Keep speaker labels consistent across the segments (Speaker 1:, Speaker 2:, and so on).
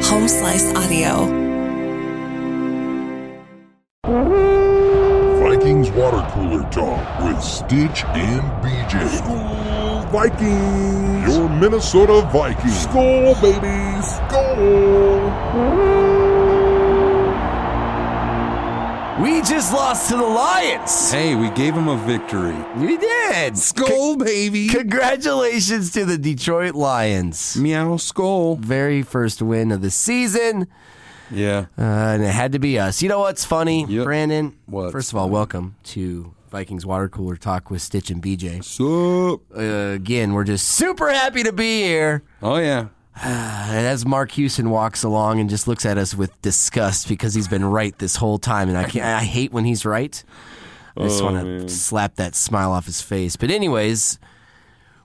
Speaker 1: Slice Audio.
Speaker 2: Vikings Water Cooler Talk with Stitch and BJ. School Vikings! Your Minnesota Vikings! School, baby! School!
Speaker 3: We just lost to the Lions.
Speaker 4: Hey, we gave him a victory.
Speaker 3: We did.
Speaker 4: Skull, baby.
Speaker 3: C- Congratulations to the Detroit Lions.
Speaker 4: Meow, skull.
Speaker 3: Very first win of the season,
Speaker 4: Yeah.
Speaker 3: uh, and it had to be us. You know what's funny,
Speaker 4: Yep.
Speaker 3: Brandon?
Speaker 4: What's
Speaker 3: First of all, welcome to Vikings Water Cooler Talk with Stitch and BJ.
Speaker 4: Sup?
Speaker 3: Uh, again, we're just super happy to be here.
Speaker 4: Oh, yeah.
Speaker 3: And as Mark Houston walks along and just looks at us with disgust because he's been right this whole time, and I can't, I hate when he's right. I
Speaker 4: Oh,
Speaker 3: just want to slap that smile off his face. But anyways,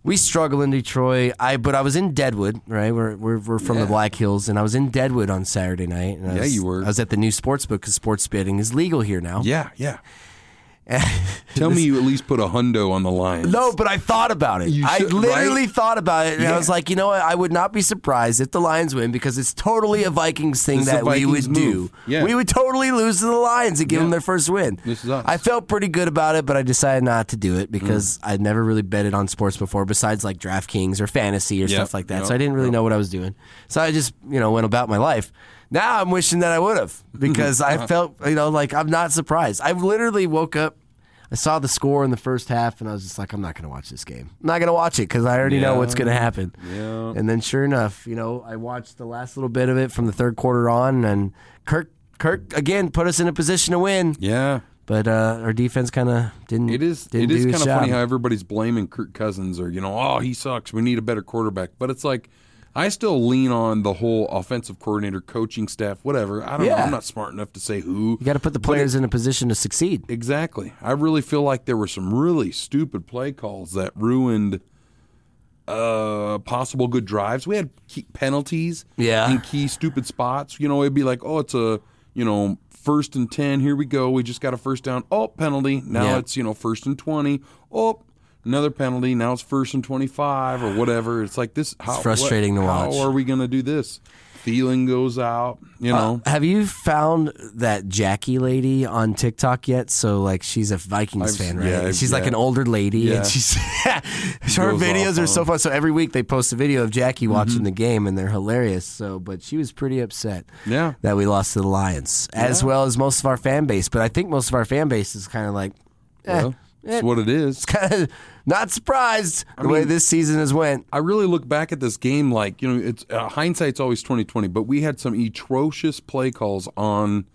Speaker 3: we struggle in Detroit. I but I was in Deadwood, right? We're we're, we're from the
Speaker 4: Yeah.
Speaker 3: Black Hills, and I was in Deadwood on Saturday night. and I
Speaker 4: Yeah,
Speaker 3: was-
Speaker 4: you were.
Speaker 3: I was at the new sports book because sports betting is legal here now.
Speaker 4: Yeah, yeah. Tell me you at least put a hundo on the Lions.
Speaker 3: No, but I thought about it.
Speaker 4: You
Speaker 3: I
Speaker 4: should-
Speaker 3: literally
Speaker 4: right?
Speaker 3: thought about it, and I
Speaker 4: Yeah.
Speaker 3: was like, you know what? I would not be surprised if the Lions win because it's totally a Vikings thing
Speaker 4: This is a
Speaker 3: that we
Speaker 4: Vikings
Speaker 3: would do.
Speaker 4: move. Yeah.
Speaker 3: We would totally lose to the Lions and give
Speaker 4: Yeah.
Speaker 3: them their first win.
Speaker 4: This is us.
Speaker 3: I felt pretty good about it, but I decided not to do it because
Speaker 4: Mm.
Speaker 3: I'd never really betted on sports before, besides like DraftKings or fantasy or
Speaker 4: Yep,
Speaker 3: stuff like that. So
Speaker 4: yep,
Speaker 3: I didn't really know what I was doing. So I just, you know, went about my life. Now I'm wishing that I would have because
Speaker 4: Uh-huh.
Speaker 3: I felt, you know, like I'm not surprised. I literally woke up, I saw the score in the first half, and I was just like, I'm not going to watch this game. I'm not going to watch it because I already know
Speaker 4: Yeah.
Speaker 3: what's going to happen.
Speaker 4: Yeah.
Speaker 3: And then sure enough, you know, I watched the last little bit of it from the third quarter on, and Kirk. Kirk again put us in a position to win.
Speaker 4: Yeah.
Speaker 3: But uh, our defense kind of didn't.
Speaker 4: It is.
Speaker 3: Didn't
Speaker 4: it is
Speaker 3: do
Speaker 4: kind
Speaker 3: its
Speaker 4: of funny
Speaker 3: job.
Speaker 4: how everybody's blaming Kirk Cousins or you know, oh, he sucks. We need a better quarterback. But it's like, I still lean on the whole offensive coordinator, coaching staff, whatever. I don't know.
Speaker 3: Yeah.
Speaker 4: I'm not smart enough to say who.
Speaker 3: you got to put the players in a position to succeed.
Speaker 4: Exactly. I really feel like there were some really stupid play calls that ruined uh, possible good drives. We had key penalties
Speaker 3: Yeah.
Speaker 4: in key stupid spots. You know, it'd be like, oh, it's a, you know, first and 10. Here we go. We just got a first down. Oh, penalty. Now
Speaker 3: Yeah.
Speaker 4: it's, you know, first and 20. Oh, another penalty. Now it's first and 25 or whatever. It's like this. How,
Speaker 3: frustrating to watch. Uh,
Speaker 4: How are we going to do this? Feeling goes out, you know.
Speaker 3: Have you found that Jackie lady on TikTok yet? So like, she's a Vikings
Speaker 4: I've-
Speaker 3: fan, right?
Speaker 4: yeah, I've-
Speaker 3: she's like
Speaker 4: yeah.
Speaker 3: an older lady,
Speaker 4: Yeah.
Speaker 3: and she's her videos
Speaker 4: Goes off
Speaker 3: are
Speaker 4: on Mm-hmm.
Speaker 3: so fun. So every week they post a video of Jackie watching the game, and they're hilarious. So, but she was pretty upset.
Speaker 4: Yeah.
Speaker 3: that we lost to the Lions, as well as most of our fan base. But I think most of our fan base is kind of like, eh,
Speaker 4: Well, it's what it is.
Speaker 3: kind of not surprised the way
Speaker 4: mean-
Speaker 3: this season has went.
Speaker 4: I really look back at this game like you know it's uh, hindsight's always twenty twenty, but we had some atrocious play calls on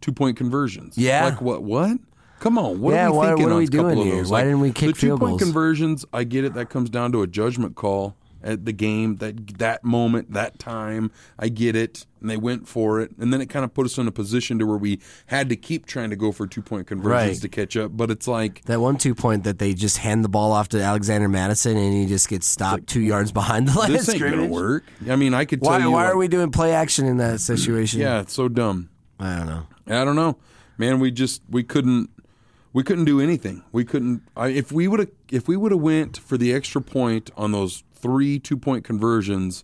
Speaker 4: two point conversions.
Speaker 3: Yeah.
Speaker 4: like what? What? Come on, what
Speaker 3: Yeah,
Speaker 4: are we
Speaker 3: what-
Speaker 4: thinking
Speaker 3: what are
Speaker 4: on
Speaker 3: we
Speaker 4: a couple
Speaker 3: doing
Speaker 4: of
Speaker 3: here?
Speaker 4: those?
Speaker 3: Why
Speaker 4: Like,
Speaker 3: didn't we kick
Speaker 4: the
Speaker 3: field
Speaker 4: two-point
Speaker 3: goals?
Speaker 4: conversions? I get it. That comes down to a judgment call at the game that that moment, that time. I get it, and they went for it, and then it kind of put us in a position to where we had to keep trying to go for two point conversions
Speaker 3: Right.
Speaker 4: to catch up. But it's like
Speaker 3: That one two point that they just hand the ball off to Alexander Madison and he just gets stopped two yards behind the line. of
Speaker 4: this ain't gonna
Speaker 3: scrimmage.
Speaker 4: work. I mean, I could tell
Speaker 3: Why,
Speaker 4: you.
Speaker 3: why
Speaker 4: like,
Speaker 3: are we doing play action in that situation?
Speaker 4: Yeah, it's so dumb.
Speaker 3: I don't know.
Speaker 4: I don't know, man. We just we couldn't we couldn't do anything. We couldn't. I, if we would have if we would have went for the extra point on those three two point conversions,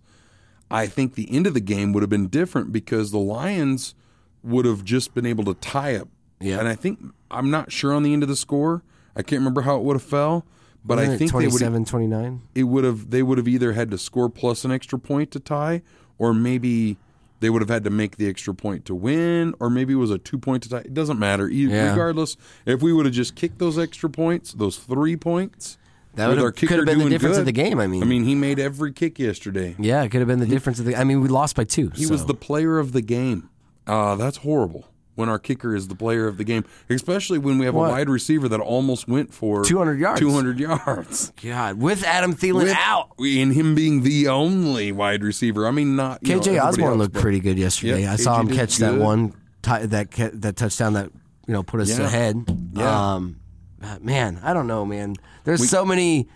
Speaker 4: I think the end of the game would have been different because the Lions would have just been able to tie up.
Speaker 3: Yeah.
Speaker 4: and I think I'm not sure on the end of the score. I can't remember how it would have fell, but I think they would have
Speaker 3: 27 29.
Speaker 4: it would have they would have either had to score plus an extra point to tie, or maybe they would have had to make the extra point to win, or maybe it was a two point to tie. It doesn't matter. E-
Speaker 3: Yeah.
Speaker 4: Regardless, if we would have just kicked those extra points, those three points,
Speaker 3: That
Speaker 4: with
Speaker 3: would've-
Speaker 4: our kicker
Speaker 3: could've been the
Speaker 4: doing
Speaker 3: difference of
Speaker 4: good-
Speaker 3: the game, I mean.
Speaker 4: I mean, he made every kick yesterday.
Speaker 3: Yeah, it could have been the difference of the. I mean, we lost by two.
Speaker 4: He was the player of the game. Uh, that's horrible. When our kicker is the player of the game, especially when we have
Speaker 3: What?
Speaker 4: a wide receiver that almost went for
Speaker 3: 200 yards.
Speaker 4: 200 yards.
Speaker 3: God, with Adam Thielen
Speaker 4: with,
Speaker 3: out.
Speaker 4: and him being the only wide receiver. I mean, not you know,
Speaker 3: KJ
Speaker 4: everybody
Speaker 3: Osborne
Speaker 4: else,
Speaker 3: looked
Speaker 4: but-
Speaker 3: pretty good yesterday.
Speaker 4: Yeah,
Speaker 3: I saw
Speaker 4: KJ
Speaker 3: him
Speaker 4: did
Speaker 3: catch that
Speaker 4: good.
Speaker 3: one, ti that ca- that touchdown that you know put us
Speaker 4: Yeah.
Speaker 3: ahead.
Speaker 4: Yeah.
Speaker 3: Um, uh, man, I don't know, man. There's so many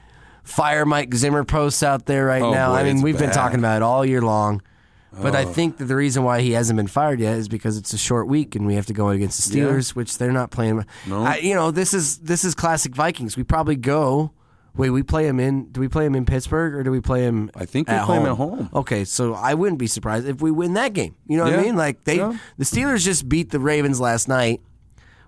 Speaker 3: fire Mike Zimmer posts out there right
Speaker 4: Oh,
Speaker 3: now.
Speaker 4: boy,
Speaker 3: I mean,
Speaker 4: it's
Speaker 3: we've been
Speaker 4: bad. Oh.
Speaker 3: talking about it all year long. But I think that the reason why he hasn't been fired yet is because it's a short week and we have to go against the
Speaker 4: Yeah.
Speaker 3: Steelers, which they're not playing.
Speaker 4: No.
Speaker 3: I, you know, this is this is classic Vikings. We probably go Wait, we play him in? Do we play him in Pittsburgh or do we play him?
Speaker 4: I think we play him at home.
Speaker 3: Okay, so I wouldn't be surprised if we win that game. You know what I
Speaker 4: Yeah,
Speaker 3: mean? Like they,
Speaker 4: yeah.
Speaker 3: the Steelers just beat the Ravens last night.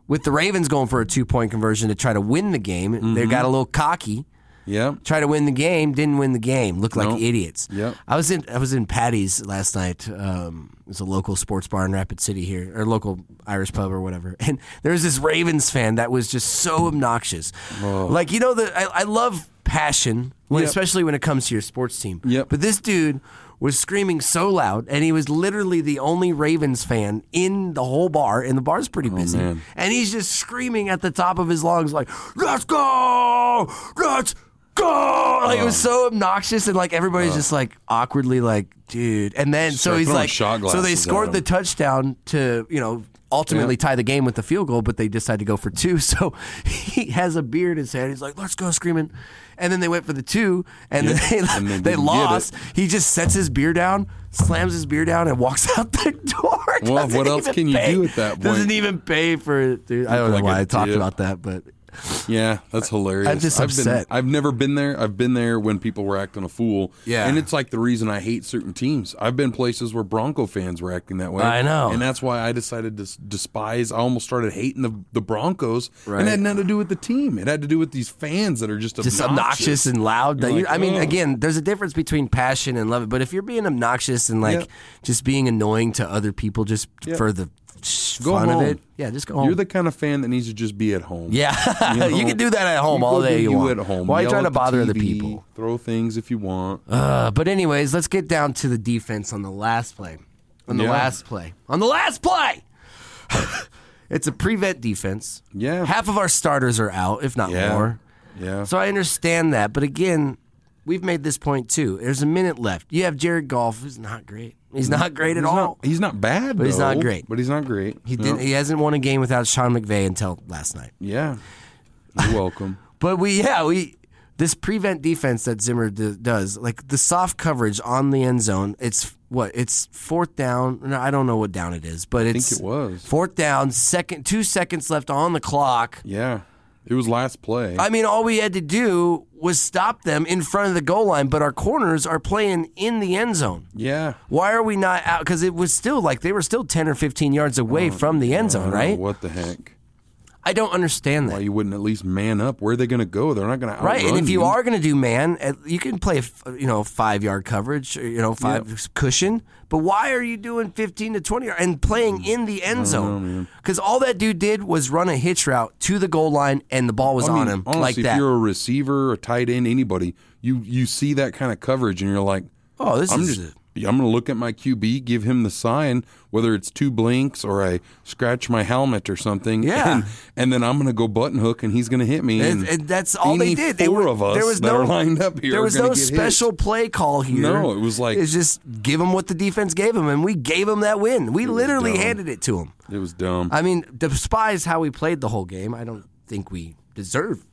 Speaker 3: With the Ravens going for a two point conversion to try to win the game,
Speaker 4: Mm-hmm.
Speaker 3: they got a little cocky.
Speaker 4: Yeah.
Speaker 3: Tried to win the game, didn't win the game. Looked like
Speaker 4: Nope.
Speaker 3: idiots.
Speaker 4: Yep.
Speaker 3: I was in I was in Patty's last night. Um, it was a local sports bar in Rapid City here, or local Irish pub or whatever. And there was this Ravens fan that was just so obnoxious. Like you know, the I, I love passion, when,
Speaker 4: Oh. Yep.
Speaker 3: especially when it comes to your sports team.
Speaker 4: Yep.
Speaker 3: But this dude was screaming so loud, and he was literally the only Ravens fan in the whole bar, and the bar's pretty busy.
Speaker 4: Oh, man.
Speaker 3: And he's just screaming at the top of his lungs, like, "Let's go, let's go!" Like it was
Speaker 4: Oh.
Speaker 3: so obnoxious, and like everybody's just like awkwardly, like, "Dude." And then so
Speaker 4: Start
Speaker 3: he's
Speaker 4: throwing
Speaker 3: like,
Speaker 4: shot
Speaker 3: so they
Speaker 4: glasses at
Speaker 3: scored the
Speaker 4: him.
Speaker 3: touchdown to you know ultimately tie the game with the field goal, but they decided to go for two. So he has a beer in his head. He's like, "Let's go!" screaming. And then they went for the two, and
Speaker 4: Yeah,
Speaker 3: then they,
Speaker 4: and they
Speaker 3: they,
Speaker 4: didn't get
Speaker 3: lost. He just sets his beer down, slams his beer down, and walks out the door.
Speaker 4: Well, what
Speaker 3: Doesn't
Speaker 4: else
Speaker 3: even
Speaker 4: can you
Speaker 3: pay-
Speaker 4: do at that point?
Speaker 3: Doesn't even pay for it, dude. I don't
Speaker 4: Like
Speaker 3: know why
Speaker 4: a
Speaker 3: I talked
Speaker 4: dip.
Speaker 3: about that, but
Speaker 4: Yeah, that's hilarious.
Speaker 3: I'm just
Speaker 4: I've
Speaker 3: upset.
Speaker 4: Been, I've never been there. I've been there when people were acting a fool.
Speaker 3: Yeah.
Speaker 4: and it's like the reason I hate certain teams. I've been places where Bronco fans were acting that way.
Speaker 3: I know.
Speaker 4: and that's why I decided to s- despise. I almost started hating the the Broncos,
Speaker 3: Right.
Speaker 4: and it had nothing to do with the team. It had to do with these fans that are just obnoxious.
Speaker 3: just obnoxious and loud. That
Speaker 4: You're
Speaker 3: you,
Speaker 4: like,
Speaker 3: I mean,
Speaker 4: "Ugh."
Speaker 3: again, there's a difference between passion and love. But if you're being obnoxious and like
Speaker 4: Yeah.
Speaker 3: just being annoying to other people just for the sh-
Speaker 4: Go
Speaker 3: fun
Speaker 4: home.
Speaker 3: of it, yeah, just go home.
Speaker 4: You're the kind of fan that needs to just be at home.
Speaker 3: yeah, you,
Speaker 4: know,
Speaker 3: can do that at home
Speaker 4: You
Speaker 3: all
Speaker 4: go do
Speaker 3: day you,
Speaker 4: you
Speaker 3: want.
Speaker 4: At home.
Speaker 3: Why are you
Speaker 4: Yell
Speaker 3: trying
Speaker 4: at
Speaker 3: to
Speaker 4: the
Speaker 3: bother other
Speaker 4: TV,
Speaker 3: people?
Speaker 4: Throw things if you want.
Speaker 3: Uh, but anyways, let's get down to the defense on the last play. On the
Speaker 4: Yeah.
Speaker 3: last play. On the last play. it's a prevent defense.
Speaker 4: Yeah.
Speaker 3: Half of our starters are out, if not
Speaker 4: Yeah.
Speaker 3: more.
Speaker 4: yeah.
Speaker 3: So I understand that, but again, we've made this point too. There's a minute left. You have Jared Goff, who's not great. He's not great at
Speaker 4: He's
Speaker 3: all.
Speaker 4: not, he's not bad, but
Speaker 3: he's not great.
Speaker 4: But he's not great.
Speaker 3: He didn't. He hasn't won a game without Sean McVay until last night.
Speaker 4: Yeah. You're welcome.
Speaker 3: But we, yeah, we this prevent defense that Zimmer d- does, like the soft coverage on the end zone. It's what it's fourth down. No, I don't know what down it is, but it's
Speaker 4: it was.
Speaker 3: fourth down. Second, two seconds left on the clock.
Speaker 4: Yeah. It was last play.
Speaker 3: I mean, all we had to do was stop them in front of the goal line, but our corners are playing in the end zone.
Speaker 4: yeah.
Speaker 3: Why are we not out? Because it was still like they were still 10 or 15 yards away from the end
Speaker 4: Uh, I
Speaker 3: zone,
Speaker 4: don't know
Speaker 3: right?
Speaker 4: What the heck?
Speaker 3: I don't understand
Speaker 4: Why
Speaker 3: that.
Speaker 4: you wouldn't at least man up? Where are they going to go? They're not going to
Speaker 3: Right, and if you are going to do man, uh, you can play a f- you know five yard coverage, or, you know five cushion. But why are you doing fifteen to twenty yard and
Speaker 4: Mm.
Speaker 3: playing in the end zone? Because all that dude did was run a hitch route to the goal line, and the ball was
Speaker 4: I mean,
Speaker 3: on him
Speaker 4: honestly,
Speaker 3: like
Speaker 4: if
Speaker 3: that.
Speaker 4: you're a receiver, a tight end, anybody, you you see that kind of coverage and you're like,
Speaker 3: Oh, this
Speaker 4: I'm
Speaker 3: is
Speaker 4: just I'm going to look at my QB, give him the sign, whether it's two blinks or I scratch my helmet or something.
Speaker 3: Yeah.
Speaker 4: and, and then I'm going to go button hook and he's going to hit me.
Speaker 3: And, and that's all they
Speaker 4: any
Speaker 3: did. They
Speaker 4: Four
Speaker 3: were-
Speaker 4: of us
Speaker 3: there was
Speaker 4: that
Speaker 3: no,
Speaker 4: are lined up here.
Speaker 3: There
Speaker 4: are
Speaker 3: was
Speaker 4: gonna
Speaker 3: no
Speaker 4: get hit.
Speaker 3: special play call here.
Speaker 4: No, it was like-
Speaker 3: it's just give them what the defense gave them, and we gave them that win. We literally
Speaker 4: dumb.
Speaker 3: handed it to them.
Speaker 4: It was dumb.
Speaker 3: I mean, despise how we played the whole game. I don't think we deserve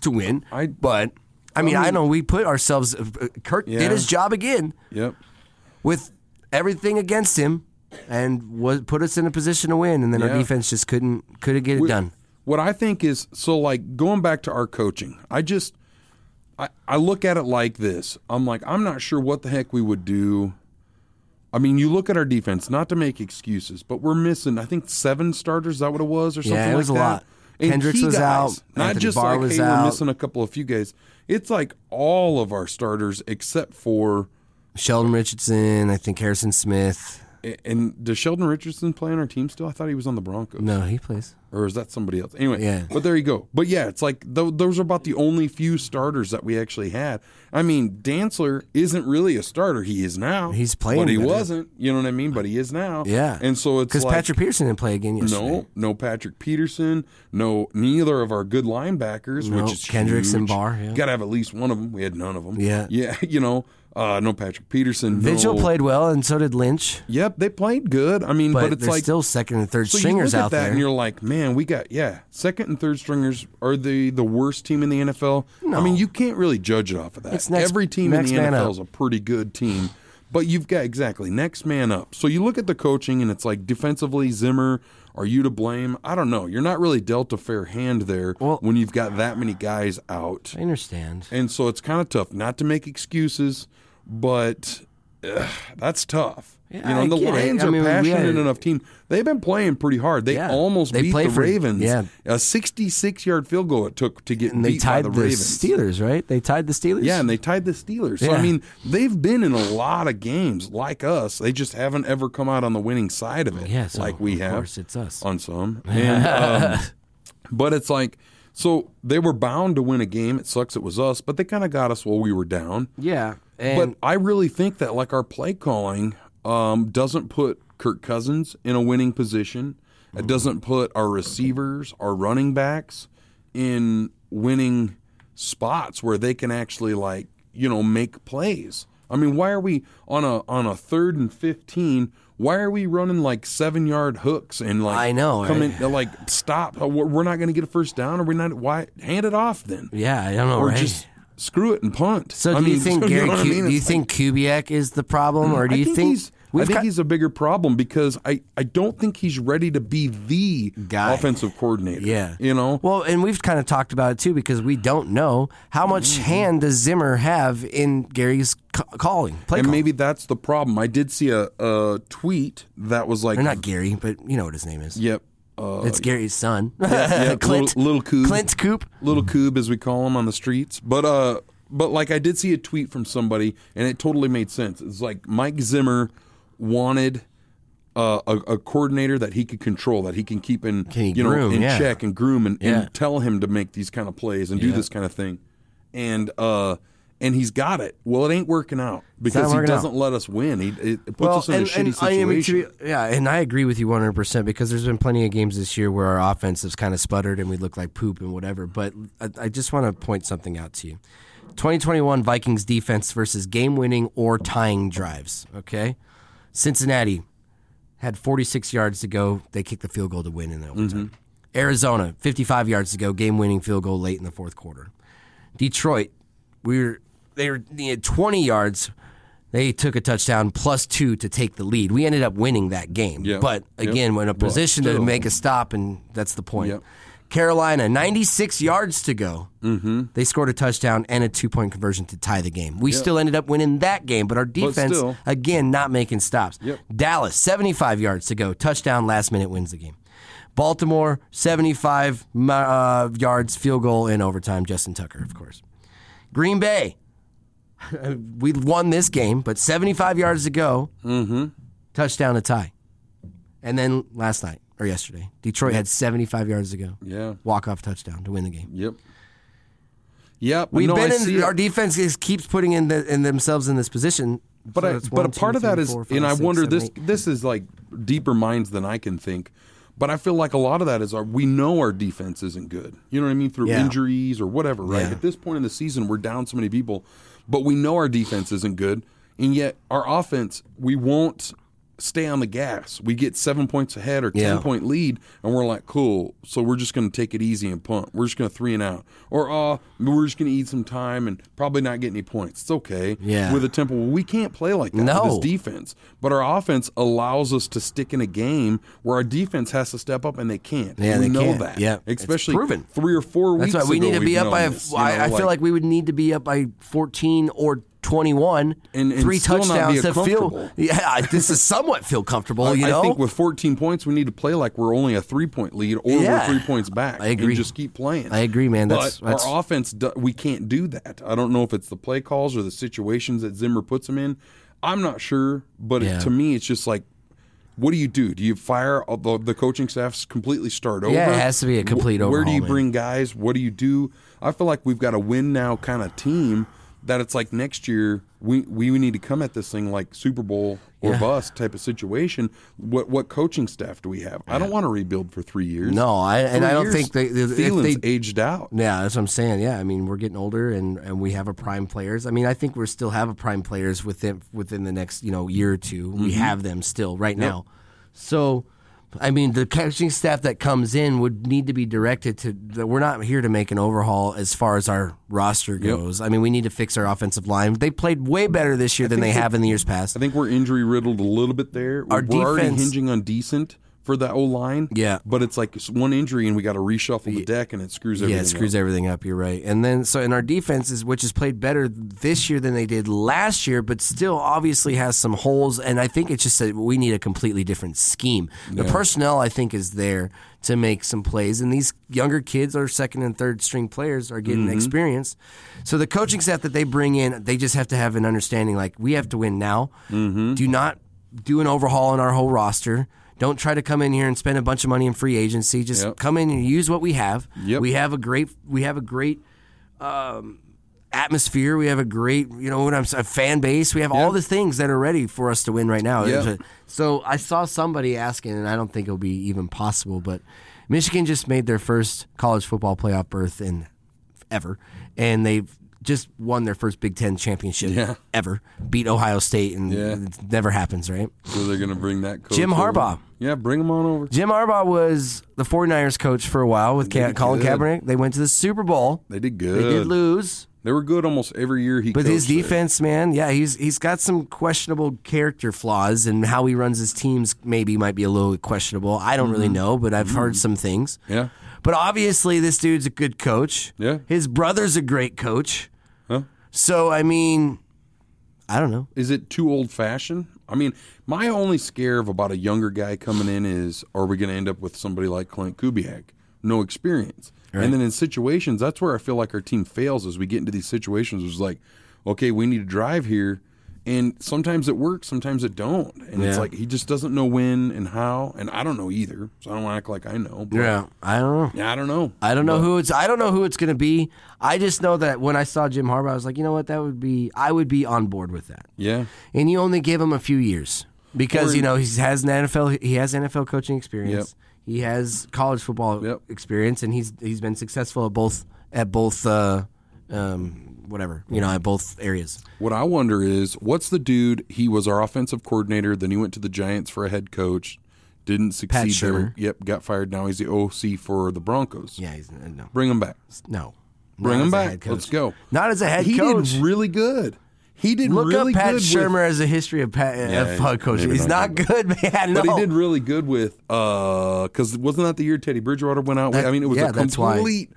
Speaker 3: to win.
Speaker 4: I-
Speaker 3: but I mean, I, know we put ourselves. uh, Kirk
Speaker 4: Yeah.
Speaker 3: did his job again
Speaker 4: yep.
Speaker 3: with everything against him, and was put us in a position to win. And then our
Speaker 4: Yeah.
Speaker 3: defense just couldn't couldn't get it done.
Speaker 4: What I think is so like going back to our coaching, I just I, I look at it like this. I'm like, I'm not sure what the heck we would do. I mean, you look at our defense, not to make excuses, but we're missing, I think, seven starters, is that what it was, or something
Speaker 3: it was
Speaker 4: like
Speaker 3: a
Speaker 4: that?
Speaker 3: lot. Kendricks
Speaker 4: key
Speaker 3: was
Speaker 4: guys,
Speaker 3: out,
Speaker 4: Not
Speaker 3: Anthony
Speaker 4: just
Speaker 3: Barr
Speaker 4: like,
Speaker 3: was
Speaker 4: hey,
Speaker 3: out.
Speaker 4: we're missing a couple of few guys. It's like all of our starters except for
Speaker 3: Sheldon Richardson, I think Harrison Smith.
Speaker 4: and does Sheldon Richardson play on our team still? I thought he was on the Broncos.
Speaker 3: No, he plays.
Speaker 4: or is that somebody else? Anyway,
Speaker 3: Yeah.
Speaker 4: But there you go. But yeah, it's like th- those are about the only few starters that we actually had. I mean, Dantzler isn't really a starter. He is now.
Speaker 3: He's playing
Speaker 4: but he
Speaker 3: better.
Speaker 4: wasn't. You know what I mean? But he is now.
Speaker 3: Yeah,
Speaker 4: And so it's
Speaker 3: because
Speaker 4: like,
Speaker 3: Patrick Pearson didn't play again yesterday.
Speaker 4: no, no Patrick Peterson, no neither of our good linebackers,
Speaker 3: No,
Speaker 4: which is
Speaker 3: Kendricks and
Speaker 4: huge.
Speaker 3: Barr, yeah.
Speaker 4: Got to have at least one of them. We had none of them.
Speaker 3: Yeah.
Speaker 4: Yeah. You know, uh, no Patrick Peterson.
Speaker 3: Vigil
Speaker 4: no-
Speaker 3: played well, and so did Lynch.
Speaker 4: Yep, they played good. I mean,
Speaker 3: But,
Speaker 4: but, it's
Speaker 3: there's
Speaker 4: like
Speaker 3: still second and third
Speaker 4: so
Speaker 3: stringers
Speaker 4: you look at
Speaker 3: out
Speaker 4: that
Speaker 3: there.
Speaker 4: and you're like, man, we got yeah, second and third stringers are the the worst team in the NFL. I mean, you can't really judge it off of that.
Speaker 3: It's next-
Speaker 4: Every team
Speaker 3: next
Speaker 4: in the
Speaker 3: man
Speaker 4: NFL
Speaker 3: up.
Speaker 4: is a pretty good team, But you've got exactly next man up. So you look at the coaching and it's like defensively, Zimmer, are you to blame? I don't know. You're not really dealt a fair hand there
Speaker 3: Well-
Speaker 4: when you've got that many guys out.
Speaker 3: I understand.
Speaker 4: And so it's kind of tough not to make excuses, but ugh, that's tough.
Speaker 3: Yeah,
Speaker 4: you know,
Speaker 3: I
Speaker 4: and the
Speaker 3: get it.
Speaker 4: Lions
Speaker 3: I
Speaker 4: are
Speaker 3: mean, we
Speaker 4: passionate
Speaker 3: had-
Speaker 4: enough team. They've been playing pretty hard. They
Speaker 3: Yeah.
Speaker 4: almost
Speaker 3: They
Speaker 4: beat
Speaker 3: play
Speaker 4: the
Speaker 3: for-
Speaker 4: Ravens.
Speaker 3: yeah.
Speaker 4: A 66 yard field goal it took to get
Speaker 3: And they
Speaker 4: beat by
Speaker 3: tied
Speaker 4: the
Speaker 3: the,
Speaker 4: Ravens.
Speaker 3: Steelers, right? They tied the Steelers.
Speaker 4: Yeah, and they tied the Steelers. So
Speaker 3: Yeah.
Speaker 4: I mean, they've been in a lot of games like us. They just haven't ever come out on the winning side of it,
Speaker 3: Yeah, so,
Speaker 4: like we
Speaker 3: of
Speaker 4: have
Speaker 3: course, it's us.
Speaker 4: on some. And, um, but it's like, so they were bound to win a game. It sucks it was us, but they kind of got us while we were down.
Speaker 3: yeah.
Speaker 4: But
Speaker 3: And
Speaker 4: I really think that like our play calling um, doesn't put Kirk Cousins in a winning position.
Speaker 3: Mm-hmm.
Speaker 4: It doesn't put our receivers, our running backs, in winning spots where they can actually like you know make plays. I mean, why are we on a on a third and fifteen? Why are we running like seven yard hooks and like
Speaker 3: I know,
Speaker 4: come
Speaker 3: right?
Speaker 4: in, like stop? Uh, We're we're not going to get a first down, or we're not. Why hand it off then,
Speaker 3: yeah, I don't know.
Speaker 4: or
Speaker 3: right?
Speaker 4: just screw it and punt?
Speaker 3: so do
Speaker 4: I
Speaker 3: you
Speaker 4: mean,
Speaker 3: think Gary?
Speaker 4: know what I
Speaker 3: Ku-
Speaker 4: mean?
Speaker 3: do you
Speaker 4: It's Mm,
Speaker 3: think Kubiak is the problem, or do you
Speaker 4: I think, he's, I
Speaker 3: we've
Speaker 4: think
Speaker 3: got-
Speaker 4: he's a bigger problem because I, I don't think he's ready to be the
Speaker 3: Guy.
Speaker 4: offensive coordinator.
Speaker 3: Yeah.
Speaker 4: You know?
Speaker 3: Well, and we've kind of talked about it too because we don't know how much
Speaker 4: Mm-hmm.
Speaker 3: hand does Zimmer have in Gary's c- calling, play
Speaker 4: and
Speaker 3: call.
Speaker 4: maybe that's the problem. I did see a, a tweet that was like
Speaker 3: Or not Gary, but you know what his name is.
Speaker 4: Yep. Uh,
Speaker 3: It's Gary's son,
Speaker 4: yeah,
Speaker 3: Clint.
Speaker 4: little- little Coob.
Speaker 3: Clint Coop.
Speaker 4: little coob as we call him on the streets. But uh but like I did see a tweet from somebody and it totally made sense. It's like Mike Zimmer wanted uh, a, a coordinator that he could control, that he can keep in
Speaker 3: he
Speaker 4: you know
Speaker 3: groom,
Speaker 4: in
Speaker 3: yeah.
Speaker 4: check and groom and,
Speaker 3: Yeah.
Speaker 4: and tell him to make these kind of plays and do this kind of thing. And uh and he's got it. Well, it ain't working out because he
Speaker 3: working out.
Speaker 4: doesn't let us win. He it, it puts us in
Speaker 3: and,
Speaker 4: a shitty
Speaker 3: and I
Speaker 4: situation.
Speaker 3: mean, to be- yeah, and I agree with you 100% because there's been plenty of games this year where our offense has kind of sputtered and we look like poop and whatever. But I, I just want to point something out to you 2021 Vikings defense versus game winning or tying drives, okay? Cincinnati had 46 yards to go. They kicked the field goal to win in overtime.
Speaker 4: Mm-hmm.
Speaker 3: Arizona, 55 yards to go, game winning field goal late in the fourth quarter. Detroit, we were they were they had 20 yards. They took a touchdown plus two to take the lead. We ended up winning that game.
Speaker 4: Yeah.
Speaker 3: But again,
Speaker 4: Yep.
Speaker 3: we're in a
Speaker 4: But
Speaker 3: position to
Speaker 4: still.
Speaker 3: make a stop, and that's the point.
Speaker 4: Yep.
Speaker 3: Carolina, 96 yards to go. Mm-hmm. They scored a touchdown and a two point conversion to tie the game. We still ended up winning that game, but our defense,
Speaker 4: still.
Speaker 3: again, not making stops.
Speaker 4: Yep.
Speaker 3: Dallas, 75 yards to go. Touchdown, last minute wins the game. Baltimore, 75 mi- uh, yards, field goal in overtime. Justin Tucker, of course. Green Bay, we won this game, but 75 yards to go. Mm-hmm. Touchdown to tie. And then last night, or yesterday, Detroit had 75 yards to go.
Speaker 4: yeah.
Speaker 3: Walk off touchdown to win the game.
Speaker 4: Yep. Yep.
Speaker 3: We've
Speaker 4: no, I
Speaker 3: been
Speaker 4: see
Speaker 3: in
Speaker 4: it.
Speaker 3: our defense is, keeps putting in, the, in themselves in this position.
Speaker 4: But
Speaker 3: So
Speaker 4: I,
Speaker 3: that's
Speaker 4: but a
Speaker 3: one, two,
Speaker 4: part of that
Speaker 3: three,
Speaker 4: is,
Speaker 3: four, five,
Speaker 4: and I
Speaker 3: six,
Speaker 4: wonder
Speaker 3: seven,
Speaker 4: this
Speaker 3: eight.
Speaker 4: this is like deeper minds than I can think. But I feel like a lot of that is our we know our defense isn't good. You know what I mean through
Speaker 3: Yeah.
Speaker 4: injuries or whatever. Right
Speaker 3: Yeah.
Speaker 4: at this point in the season, we're down so many people, but we know our defense isn't good, and yet our offense we won't stay on the gas. We get seven points ahead or ten
Speaker 3: Yeah.
Speaker 4: point lead, and we're like, cool. So we're just going to take it easy and punt. We're just going to three and out, or oh, we're just going to eat some time and probably not get any points. It's okay.
Speaker 3: Yeah.
Speaker 4: with a temple. We can't play like that
Speaker 3: No.
Speaker 4: with this defense. But our offense allows us to stick in a game where our defense has to step up, and they can't.
Speaker 3: Yeah,
Speaker 4: we
Speaker 3: they
Speaker 4: know
Speaker 3: can't.
Speaker 4: that.
Speaker 3: Yeah. It's
Speaker 4: especially
Speaker 3: proven.
Speaker 4: three or four weeks.
Speaker 3: That's why we
Speaker 4: ago
Speaker 3: need to
Speaker 4: we've
Speaker 3: be up
Speaker 4: known
Speaker 3: by. a-
Speaker 4: this, you
Speaker 3: I-
Speaker 4: know,
Speaker 3: I feel like we would need to be up by 14 or 21,
Speaker 4: And- and
Speaker 3: three
Speaker 4: still not be
Speaker 3: touchdowns to feel.
Speaker 4: comfortable.
Speaker 3: Yeah, this is somewhat feel comfortable.
Speaker 4: I-
Speaker 3: you
Speaker 4: I
Speaker 3: know,
Speaker 4: think with 14 points, we need to play like we're only a three point lead, or
Speaker 3: Yeah.
Speaker 4: we're three points back.
Speaker 3: I agree.
Speaker 4: And just keep playing.
Speaker 3: I agree, man. That's-
Speaker 4: but
Speaker 3: that's-
Speaker 4: our offense, do- we can't do that. I don't know if it's the play calls or the situations that Zimmer puts them in. I'm not sure, but
Speaker 3: Yeah.
Speaker 4: it, to me, it's just like, what do you do? Do you fire all the, the coaching staffs completely start over?
Speaker 3: Yeah, it has to be a complete
Speaker 4: Wh- Where do
Speaker 3: overhaul,
Speaker 4: you
Speaker 3: man.
Speaker 4: bring guys? What do you do? I feel like we've got a win now kind of team that it's like next year we, we need to come at this thing like Super Bowl or bust type of situation. What what coaching staff do we have? I don't want to rebuild for three years.
Speaker 3: No, I- and
Speaker 4: Three
Speaker 3: I don't
Speaker 4: years,
Speaker 3: think they- they- if
Speaker 4: feelings
Speaker 3: they-
Speaker 4: aged out.
Speaker 3: Yeah, that's what I'm saying. Yeah, I mean we're getting older, and, and we have a prime players. I mean I think we still have a prime players within within the next you know year or 2 We have them still right now. So, I mean, the coaching staff that comes in would need to be directed to. that We're not here to make an overhaul as far as our roster goes. I mean, we need to fix our offensive line. They played way better this year than they have in the years past.
Speaker 4: I think we're injury riddled a little bit there.
Speaker 3: Our
Speaker 4: we're already
Speaker 3: defense-
Speaker 4: hinging on decent for that O line.
Speaker 3: Yeah.
Speaker 4: but it's like it's one injury and we got to reshuffle the deck and it screws everything.
Speaker 3: Yeah, it screws everything up. You're right. And then so in our defenses, which has played better this year than they did last year, but still obviously has some holes. And I think it's just that we need a completely different scheme. The personnel I think is there to make some plays, and these younger kids are second and third string players are
Speaker 4: Mm-hmm.
Speaker 3: getting experience. So the coaching staff that they bring in, they just have to have an understanding. Like we have to win now.
Speaker 4: Mm-hmm.
Speaker 3: Do not do an overhaul on our whole roster. Don't try to come in here and spend a bunch of money in free agency. Just
Speaker 4: Yep.
Speaker 3: come in and use what we have.
Speaker 4: Yep.
Speaker 3: We have a great we have a great um, atmosphere. We have a great you know what I'm s- a fan base. We have all the things that are ready for us to win right now.
Speaker 4: Yeah.
Speaker 3: There's a- So I saw somebody asking, and I don't think it'll be even possible, but Michigan just made their first college football playoff berth in ever, and they've just won their first Big Ten championship
Speaker 4: Yeah.
Speaker 3: ever. Beat Ohio State, and
Speaker 4: Yeah.
Speaker 3: it never happens, right?
Speaker 4: So they're going to bring that coach
Speaker 3: Jim
Speaker 4: over.
Speaker 3: Harbaugh.
Speaker 4: Yeah, bring him on over.
Speaker 3: Jim Harbaugh was the 49ers coach for a while with Ca-
Speaker 4: did
Speaker 3: Colin
Speaker 4: good.
Speaker 3: Kaepernick. They went to the Super Bowl.
Speaker 4: They did
Speaker 3: They
Speaker 4: good.
Speaker 3: did lose.
Speaker 4: They were good almost every year he.
Speaker 3: But his
Speaker 4: coached there.
Speaker 3: defense, man, yeah, he's he's got some questionable character flaws, and how he runs his teams maybe might be a little questionable. I don't really know, but I've heard some things.
Speaker 4: Mm-hmm. Yeah.
Speaker 3: But obviously, this dude's a good coach.
Speaker 4: Yeah.
Speaker 3: his brother's a great coach.
Speaker 4: Huh?
Speaker 3: So I mean, I don't know.
Speaker 4: Is it too old fashioned? I mean, my only scare of about a younger guy coming in is are we going to end up with somebody like Clint Kubiak? No experience. And then in situations, that's where I feel like our team fails as we get into these situations. It's like, okay, we need to drive here. And sometimes it works, sometimes it don't. And it's
Speaker 3: Yeah.
Speaker 4: like he just doesn't know when and how. And I don't know either. So I don't want to act like I know. But
Speaker 3: Yeah, I don't know.
Speaker 4: yeah, I don't know.
Speaker 3: I don't know who it's. I don't know who it's going to be. I just know that when I saw Jim Harbaugh, I was like, you know what? That would be. I would be on board with that.
Speaker 4: Yeah.
Speaker 3: and you only give him a few years because
Speaker 4: Or-
Speaker 3: you know he has an NFL he has NFL coaching experience.
Speaker 4: Yep.
Speaker 3: He has college football
Speaker 4: Yep.
Speaker 3: experience, and he's he's been successful at both at both uh, um, whatever you know at both areas.
Speaker 4: What I wonder is what's the dude? He was our offensive coordinator. Then he went to the Giants for a head coach. Didn't succeed
Speaker 3: Shermer.
Speaker 4: there. Yep, got fired. Now he's the OC for the Broncos.
Speaker 3: Yeah, he's uh, no,
Speaker 4: Bring him back.
Speaker 3: no,
Speaker 4: Bring
Speaker 3: Not
Speaker 4: him
Speaker 3: as a
Speaker 4: back.
Speaker 3: head coach.
Speaker 4: Let's go.
Speaker 3: Not as a head
Speaker 4: he
Speaker 3: coach.
Speaker 4: did really good. He did
Speaker 3: Look
Speaker 4: really
Speaker 3: up Pat
Speaker 4: good. with-
Speaker 3: Shermer as a history of Pat of
Speaker 4: yeah,
Speaker 3: head coaching.
Speaker 4: maybe
Speaker 3: He's not
Speaker 4: not
Speaker 3: good, man.
Speaker 4: but
Speaker 3: no.
Speaker 4: he did really good with uh because wasn't that the year Teddy Bridgewater went out?
Speaker 3: That-
Speaker 4: I mean, it was
Speaker 3: yeah,
Speaker 4: a
Speaker 3: that's why.
Speaker 4: complete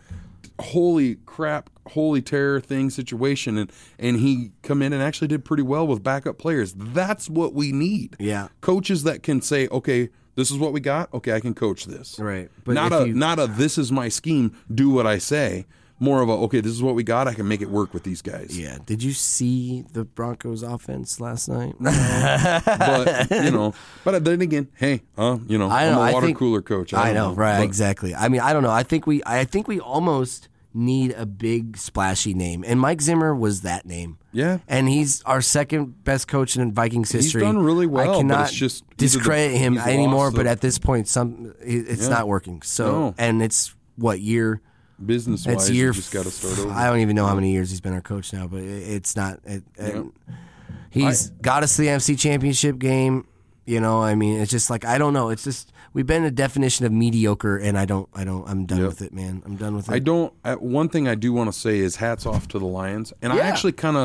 Speaker 4: holy crap, holy terror thing situation, and and he come in and actually did pretty well with backup players. That's what we need.
Speaker 3: Yeah.
Speaker 4: coaches that can say, okay, this is what we got. Okay, I can coach this.
Speaker 3: Right, but
Speaker 4: but not
Speaker 3: if
Speaker 4: a
Speaker 3: you-
Speaker 4: not a this is my scheme. Do what I say. More of a okay, this is what we got. I can make it work with these guys.
Speaker 3: Yeah. Did you see the Broncos offense last night?
Speaker 4: But you know, but then again, hey, uh, you know,
Speaker 3: I
Speaker 4: am
Speaker 3: know,
Speaker 4: a
Speaker 3: I
Speaker 4: water
Speaker 3: think-
Speaker 4: cooler coach.
Speaker 3: I,
Speaker 4: don't
Speaker 3: know, right?
Speaker 4: But-
Speaker 3: Exactly. I mean, I don't know. I think we, I think we almost need a big splashy name, and Mike Zimmer was that name.
Speaker 4: Yeah.
Speaker 3: and he's our second best coach in Vikings history.
Speaker 4: done really well,
Speaker 3: I
Speaker 4: but
Speaker 3: cannot
Speaker 4: it's just- he's a-
Speaker 3: discredit him
Speaker 4: he's
Speaker 3: anymore.
Speaker 4: lost
Speaker 3: But
Speaker 4: the-
Speaker 3: at this point, some it- it's not working. So,
Speaker 4: No.
Speaker 3: and it's what year?
Speaker 4: business
Speaker 3: It's
Speaker 4: wise,
Speaker 3: year.
Speaker 4: you just got to start
Speaker 3: f-
Speaker 4: over.
Speaker 3: I don't even know how many years he's been our coach now, but it, it's not. It, and He's got us to the NFC Championship game. You know, I mean, it's just like I don't know. It's just we've been a definition of mediocre, and I don't, I don't, I'm done with it, man. I'm done with it.
Speaker 4: I don't. I, one thing I do want to say is hats off to the Lions, and I actually kind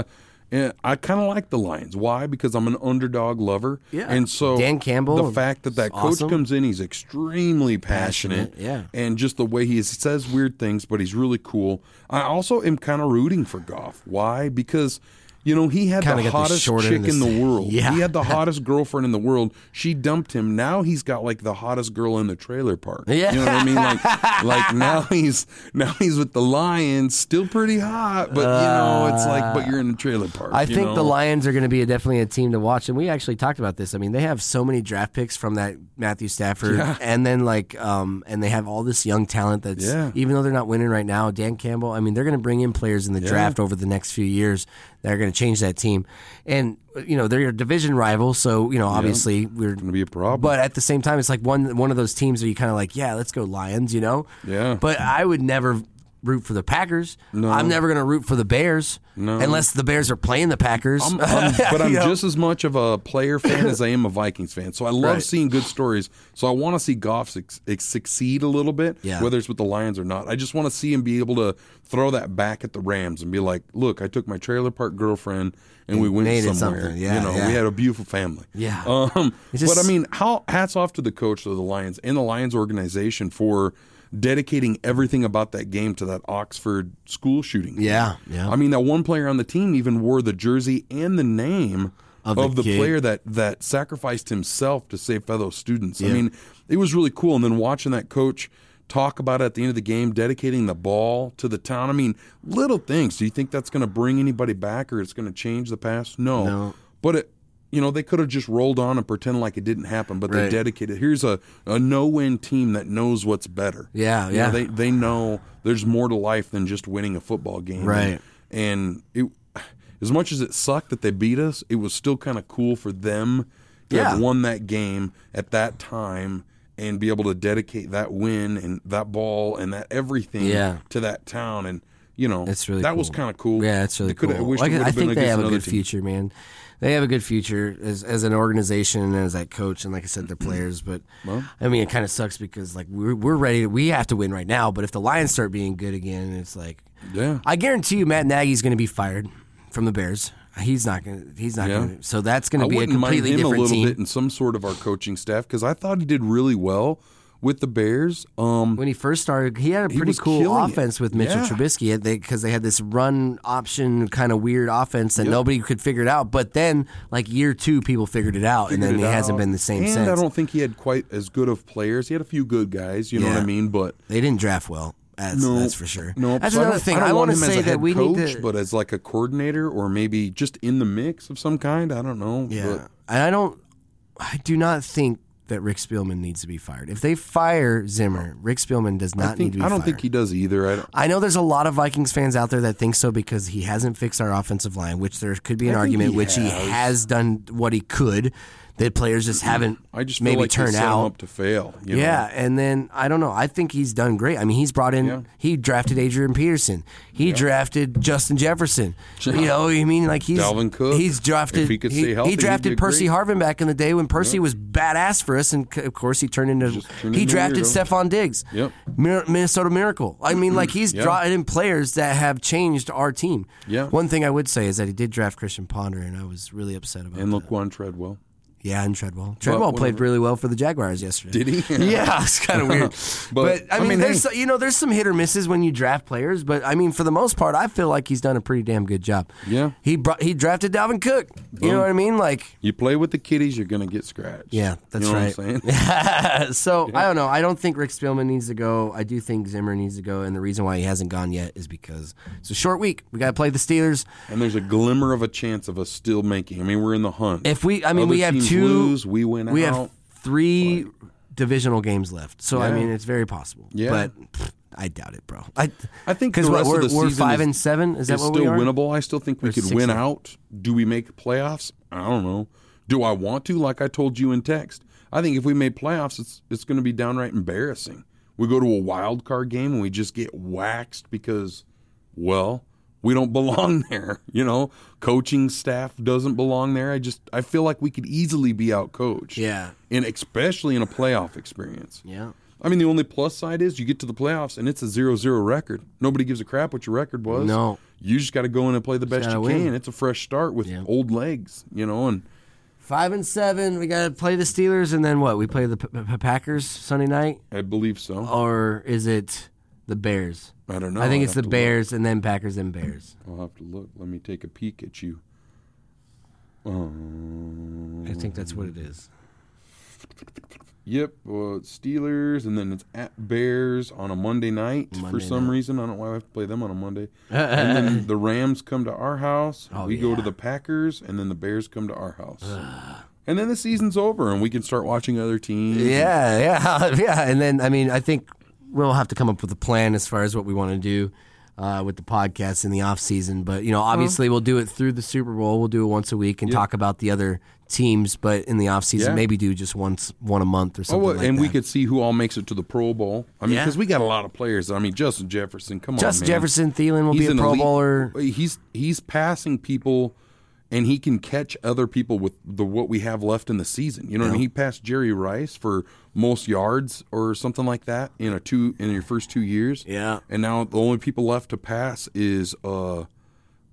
Speaker 4: of, I kind of like the Lions. Why? Because I'm an underdog lover.
Speaker 3: Yeah.
Speaker 4: And so
Speaker 3: Dan Campbell
Speaker 4: the fact that that
Speaker 3: is
Speaker 4: coach
Speaker 3: awesome.
Speaker 4: comes in, he's extremely passionate.
Speaker 3: Passionate,
Speaker 4: And just the way he is, he says weird things, but he's really cool. I also am kind of rooting for Goff. Why? Because. You know, he had
Speaker 3: Kinda
Speaker 4: the
Speaker 3: got the
Speaker 4: hottest
Speaker 3: short end
Speaker 4: chick
Speaker 3: of the
Speaker 4: in
Speaker 3: stick.
Speaker 4: the world.
Speaker 3: Yeah.
Speaker 4: He had the hottest girlfriend in the world. She dumped him. Now he's got like the hottest girl in the trailer park.
Speaker 3: Yeah.
Speaker 4: You know what I mean? Like, like now he's now he's with the Lions, still pretty hot, but you know, it's like, but you're in the trailer park.
Speaker 3: I
Speaker 4: you
Speaker 3: think the
Speaker 4: know?
Speaker 3: Lions are going to be a, definitely a team to watch, and we actually talked about this. I mean, they have so many draft picks from that Matthew Stafford, and then like, um, and they have all this young talent that's
Speaker 4: Yeah.
Speaker 3: even though they're not winning right now. Dan Campbell, I mean, they're going to bring in players in the draft over the next few years that are going to change that team, and you know they're a division rival, so you know obviously we're
Speaker 4: Gonna be a problem.
Speaker 3: but at the same time, it's like one one of those teams where you kind of like, yeah, let's go Lions, you know?
Speaker 4: Yeah.
Speaker 3: But I would never root for the Packers. I'm never going to root for the Bears unless the Bears are playing the Packers.
Speaker 4: I'm- I'm- but I'm
Speaker 3: You know?
Speaker 4: just as much of a player fan as I am a Vikings fan. So I love
Speaker 3: Right.
Speaker 4: seeing good stories. So I want to see Goff suc- succeed a little bit,
Speaker 3: Yeah.
Speaker 4: whether it's with the Lions or not. I just want to see him be able to throw that back at the Rams and be like, "Look, I took my trailer park girlfriend and we went
Speaker 3: made it
Speaker 4: somewhere.
Speaker 3: something. Yeah,
Speaker 4: you know,
Speaker 3: yeah.
Speaker 4: we had a beautiful family.
Speaker 3: Yeah.
Speaker 4: Um,
Speaker 3: It just-
Speaker 4: but I mean, how hats off to the coach of the Lions and the Lions organization for dedicating everything about that game to that Oxford school shooting.
Speaker 3: yeah, yeah.
Speaker 4: I mean, that one player on the team even wore the jersey and the name
Speaker 3: Of
Speaker 4: of
Speaker 3: the
Speaker 4: the,
Speaker 3: kid.
Speaker 4: player that that sacrificed himself to save fellow students. I mean, it was really cool. And then watching that coach talk about it at the end of the game, dedicating the ball to the town. I mean, little things. Do you think that's going to bring anybody back or it's going to change the past? No.
Speaker 3: No.
Speaker 4: But it. You know, they could have just rolled on and pretended like it didn't happen, but
Speaker 3: Right.
Speaker 4: they dedicated. Here's a, a no win team that knows what's better.
Speaker 3: Yeah,
Speaker 4: You know,
Speaker 3: yeah.
Speaker 4: they they know there's more to life than just winning a football game.
Speaker 3: Right.
Speaker 4: And it, as much as it sucked that they beat us, it was still kind of cool for them to
Speaker 3: Yeah.
Speaker 4: have won that game at that time and be able to dedicate that win and that ball and that everything
Speaker 3: Yeah.
Speaker 4: to that town. And you know,
Speaker 3: That's really
Speaker 4: that was
Speaker 3: cool.
Speaker 4: kind of cool.
Speaker 3: Yeah, that's really
Speaker 4: They coulda-
Speaker 3: cool.
Speaker 4: I, wish it
Speaker 3: Like, I
Speaker 4: would've been
Speaker 3: think they
Speaker 4: against
Speaker 3: have a
Speaker 4: another
Speaker 3: good
Speaker 4: team.
Speaker 3: future, man. They have a good future as, as an organization and as that coach and like I said, their
Speaker 4: Mm-hmm.
Speaker 3: players. But I mean, it kind of sucks because like we're we're ready. We have to win right now. But if the Lions start being good again, it's like
Speaker 4: Yeah.
Speaker 3: I guarantee you, Matt Nagy's going to be fired from the Bears. He's not going. to He's not
Speaker 4: Yeah.
Speaker 3: going. to So that's going
Speaker 4: I
Speaker 3: to be a
Speaker 4: wouldn't mind
Speaker 3: completely
Speaker 4: him a
Speaker 3: different
Speaker 4: little
Speaker 3: team.
Speaker 4: bit in some sort of our coaching staff because I thought he did really well with the Bears. Um,
Speaker 3: when he first started, he had a pretty
Speaker 4: was
Speaker 3: cool
Speaker 4: killing it.
Speaker 3: offense with Mitchell
Speaker 4: Yeah.
Speaker 3: Trubisky because they, had this run option kind of weird offense that nobody could figure it out. But then, like year two, people figured it out, and then
Speaker 4: figured
Speaker 3: it
Speaker 4: it
Speaker 3: hasn't
Speaker 4: out.
Speaker 3: been the same
Speaker 4: and I
Speaker 3: since.
Speaker 4: don't think he had quite as good of players. He had a few good guys, you know what
Speaker 3: Yeah.
Speaker 4: I mean? But
Speaker 3: They didn't draft well. That's,
Speaker 4: no,
Speaker 3: that's for sure.
Speaker 4: No,
Speaker 3: that's
Speaker 4: so
Speaker 3: another
Speaker 4: I don't-
Speaker 3: thing.
Speaker 4: I, don't
Speaker 3: want to
Speaker 4: him as a
Speaker 3: say that
Speaker 4: head
Speaker 3: we
Speaker 4: coach,
Speaker 3: need to.
Speaker 4: but as like a coordinator or maybe just in the mix of some kind. I don't know.
Speaker 3: yeah, and I don't. I do not think that Rick Spielman needs to be fired. If they fire Zimmer, Rick Spielman does
Speaker 4: but
Speaker 3: not
Speaker 4: I think
Speaker 3: need to be
Speaker 4: I don't
Speaker 3: fired.
Speaker 4: think he does either. I don't,
Speaker 3: I know there's a lot of Vikings fans out there that think so because he hasn't fixed our offensive line, which there could be an
Speaker 4: I think
Speaker 3: argument,
Speaker 4: he
Speaker 3: which he
Speaker 4: has.
Speaker 3: has done what he could. That players just haven't
Speaker 4: Mm-hmm. I just feel
Speaker 3: maybe
Speaker 4: like
Speaker 3: turn
Speaker 4: they set him
Speaker 3: out.
Speaker 4: up to fail. you know?
Speaker 3: Yeah, and then I don't know. I think he's done great. I mean, he's brought in.
Speaker 4: Yeah.
Speaker 3: He drafted Adrian Peterson. He drafted Justin Jefferson. You know, what I mean, like he's
Speaker 4: Dalvin Cook.
Speaker 3: He's drafted.
Speaker 4: If he could stay healthy, he'd
Speaker 3: drafted
Speaker 4: be
Speaker 3: Percy
Speaker 4: great.
Speaker 3: Harvin back in the day when Percy was badass for us, and c- of course he turned into.
Speaker 4: turned
Speaker 3: he
Speaker 4: into a
Speaker 3: drafted
Speaker 4: weirdo.
Speaker 3: Stephon Diggs.
Speaker 4: Yep.
Speaker 3: Mir- Minnesota Miracle. I mean, like he's
Speaker 4: Yeah.
Speaker 3: brought in players that have changed our team.
Speaker 4: Yeah.
Speaker 3: One thing I would say is that he did draft Christian Ponder, and I was really upset about.
Speaker 4: And
Speaker 3: that.
Speaker 4: Laquan Treadwell.
Speaker 3: Yeah, and Treadwell. Treadwell played
Speaker 4: whatever.
Speaker 3: really well for the Jaguars yesterday.
Speaker 4: Did he?
Speaker 3: yeah, it's kind of weird. but,
Speaker 4: But,
Speaker 3: I
Speaker 4: I
Speaker 3: mean,
Speaker 4: mean,
Speaker 3: there's
Speaker 4: hey.
Speaker 3: you know there's some hit or misses when you draft players, but I mean for the most part, I feel like he's done a pretty damn good job.
Speaker 4: Yeah.
Speaker 3: he brought he drafted Dalvin Cook. You know what I mean? Like
Speaker 4: You play with the kiddies, you're gonna get scratched.
Speaker 3: yeah, that's
Speaker 4: you know
Speaker 3: right.
Speaker 4: What I'm saying?
Speaker 3: so I don't know. I don't think Rick Spielman needs to go. I do think Zimmer needs to go, and the reason why he hasn't gone yet is because it's a short week. We got to play the Steelers.
Speaker 4: And there's a glimmer of a chance of us still making. I mean, we're in the hunt.
Speaker 3: If we, I mean,
Speaker 4: Other
Speaker 3: we have
Speaker 4: teams
Speaker 3: two.
Speaker 4: lose, we win
Speaker 3: we
Speaker 4: out.
Speaker 3: have three divisional games left. So I
Speaker 4: Yeah.
Speaker 3: mean, it's very possible.
Speaker 4: Yeah.
Speaker 3: but pff, I doubt it, bro. I
Speaker 4: I think
Speaker 3: because
Speaker 4: the
Speaker 3: what
Speaker 4: rest of
Speaker 3: we're,
Speaker 4: the
Speaker 3: we're
Speaker 4: season
Speaker 3: five
Speaker 4: is-
Speaker 3: and seven. Is that
Speaker 4: it's
Speaker 3: what
Speaker 4: still
Speaker 3: we are?
Speaker 4: winnable. I still think we could
Speaker 3: six
Speaker 4: win
Speaker 3: and-
Speaker 4: out. Do we make playoffs? I don't know. Do I want to? Like I told you in text, I think if we made playoffs, it's it's going to be downright embarrassing. We go to a wild card game and we just get waxed because, well, we don't belong there. You know, coaching staff doesn't belong there. I just I feel like we could easily be out coached.
Speaker 3: Yeah.
Speaker 4: and especially in a playoff experience.
Speaker 3: Yeah.
Speaker 4: I mean, the only plus side is you get to the playoffs and it's a 0 0 record. Nobody gives a crap what your record was.
Speaker 3: No.
Speaker 4: You just got to go in and play the best
Speaker 3: gotta
Speaker 4: you
Speaker 3: win.
Speaker 4: can. It's a fresh start with
Speaker 3: Yeah.
Speaker 4: old legs, you know, and
Speaker 3: Five and seven. We got to play the Steelers, and then what? We play the P- P- Packers Sunday night,
Speaker 4: I believe so.
Speaker 3: or is it the Bears?
Speaker 4: I don't know.
Speaker 3: Oh, I think
Speaker 4: Oh, I'd
Speaker 3: it's the
Speaker 4: have to
Speaker 3: Bears, and then Packers and Bears.
Speaker 4: look. I'll have to look. Let me take a peek at you.
Speaker 3: I think that's what it is.
Speaker 4: Yep, well, it's Steelers, and then it's at Bears on a Monday night for
Speaker 3: Monday
Speaker 4: some
Speaker 3: night.
Speaker 4: reason. I don't know why we have to play them on a Monday. and then the Rams come to our house.
Speaker 3: Oh,
Speaker 4: we go
Speaker 3: yeah.
Speaker 4: to the Packers, and then the Bears come to our house. and then the season's over, and we can start watching other teams.
Speaker 3: Yeah, yeah, yeah. And then I mean, I think we'll have to come up with a plan as far as what we want to do. uh, with the podcast in the off season. But you know, obviously, we'll do it through the Super Bowl. We'll do it once a week and talk about the other teams. But in the off season,
Speaker 4: Yeah.
Speaker 3: maybe do just once one a month or
Speaker 4: Oh,
Speaker 3: something.
Speaker 4: well,
Speaker 3: like
Speaker 4: and
Speaker 3: that.
Speaker 4: we could see who all makes it to the Pro Bowl. I mean,
Speaker 3: Yeah.
Speaker 4: because we got a lot of players. I mean, Justin Jefferson, come
Speaker 3: Justin
Speaker 4: on, Oh, man.
Speaker 3: Jefferson, Thielen will be a
Speaker 4: an
Speaker 3: Pro
Speaker 4: elite-
Speaker 3: Bowler.
Speaker 4: He's he's passing people, and he can catch other people with the what we have left in the season. You know what I mean? He passed Jerry Rice for most yards or something like that in a two in your first two years.
Speaker 3: Yeah.
Speaker 4: and now the only people left to pass is uh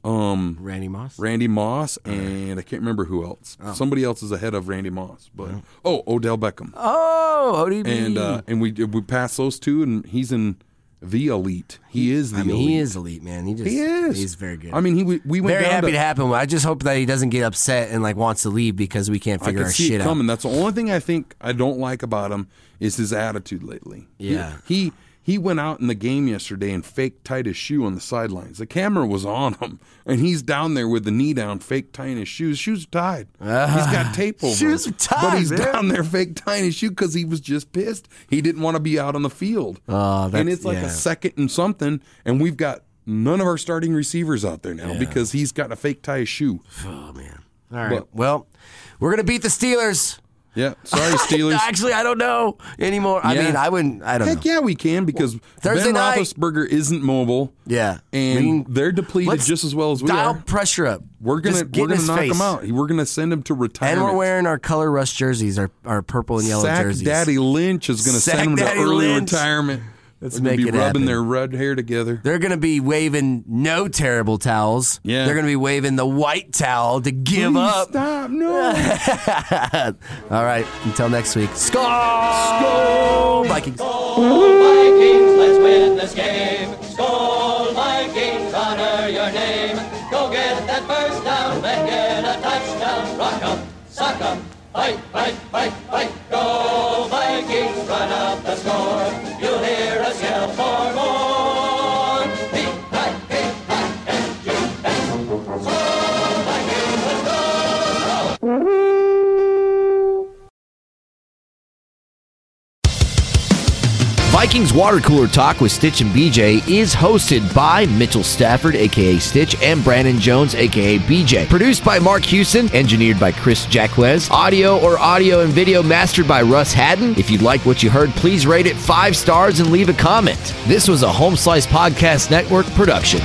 Speaker 4: um
Speaker 3: Randy Moss.
Speaker 4: Randy Moss and I can't remember who else.
Speaker 3: Oh.
Speaker 4: Somebody else is ahead of Randy Moss, but oh Odell Beckham
Speaker 3: Oh, ODB.
Speaker 4: and uh, and we we pass those two, and he's in the elite. He is the
Speaker 3: I mean,
Speaker 4: elite.
Speaker 3: he is elite, man. He just
Speaker 4: He is.
Speaker 3: He's very good.
Speaker 4: I mean, he we, we went
Speaker 3: very
Speaker 4: down
Speaker 3: happy to,
Speaker 4: to,
Speaker 3: have him. I just hope that he doesn't get upset and like wants to leave because we can't
Speaker 4: I
Speaker 3: figure
Speaker 4: can
Speaker 3: our
Speaker 4: see
Speaker 3: shit
Speaker 4: it
Speaker 3: out.
Speaker 4: coming. That's the only thing I think I don't like about him is his attitude lately. He-
Speaker 3: Yeah.
Speaker 4: he. he went out in the game yesterday and faked tight his shoe on the sidelines. The camera was on him, and he's down there with the knee down, fake tying his shoes. Shoes are tied. he's got tape over.
Speaker 3: Ah, shoes
Speaker 4: them.
Speaker 3: are tied,
Speaker 4: but he's
Speaker 3: man.
Speaker 4: down there fake tying his shoe because he was just pissed. He didn't want to be out on the field.
Speaker 3: Oh, that's-
Speaker 4: and it's like
Speaker 3: yeah.
Speaker 4: a second and something, and we've got none of our starting receivers out there now because he's got a fake tie his shoe.
Speaker 3: Oh man. All right.
Speaker 4: But-
Speaker 3: well, we're gonna beat the Steelers.
Speaker 4: Yeah, sorry, Steelers.
Speaker 3: Actually, I don't know anymore. I
Speaker 4: Yeah.
Speaker 3: mean, I wouldn't. I don't
Speaker 4: Heck
Speaker 3: know.
Speaker 4: yeah, we can because
Speaker 3: Thursday
Speaker 4: Ben
Speaker 3: night-
Speaker 4: Roethlisberger isn't mobile,
Speaker 3: Yeah.
Speaker 4: and
Speaker 3: I mean,
Speaker 4: they're depleted
Speaker 3: let's
Speaker 4: just as well as we
Speaker 3: dial
Speaker 4: are.
Speaker 3: pressure up.
Speaker 4: We're gonna
Speaker 3: Just get
Speaker 4: we're
Speaker 3: in
Speaker 4: gonna
Speaker 3: his
Speaker 4: knock
Speaker 3: face.
Speaker 4: him out. We're gonna send him to
Speaker 3: And
Speaker 4: retirement.
Speaker 3: we're wearing our color rush jerseys, our our purple and yellow
Speaker 4: Sack
Speaker 3: jerseys.
Speaker 4: Daddy Lynch is gonna
Speaker 3: Sack
Speaker 4: send him
Speaker 3: Daddy
Speaker 4: to early
Speaker 3: Lynch.
Speaker 4: retirement. That's
Speaker 3: make
Speaker 4: be
Speaker 3: it
Speaker 4: rubbing
Speaker 3: happen.
Speaker 4: their red hair together.
Speaker 3: They're going to be waving no terrible towels.
Speaker 4: Yeah.
Speaker 3: They're going to be waving the white towel to give
Speaker 4: Please
Speaker 3: up.
Speaker 4: Stop! No.
Speaker 3: All right. Until next week. Skull, Vikings.
Speaker 1: Vikings, let's win this game. Score, Vikings, honor your name. Go get that first down, then get a touchdown. Rock 'em, sock 'em, fight, fight, fight, fight. Go Vikings, run up the score. You'll hear us yell for more. V-I-K-I-N-G-S. Score, Vikings, let's go!
Speaker 5: Vikings Water Cooler Talk with Stitch and BJ is hosted by Mitchell Stafford, aka Stitch, and Brandon Jones, aka BJ. Produced by Mark Hewson, engineered by Chris Jacquez. Audio or audio and video mastered by Russ Haddon. If you like what you heard, please rate it five stars and leave a comment. This was a Home Slice Podcast Network production.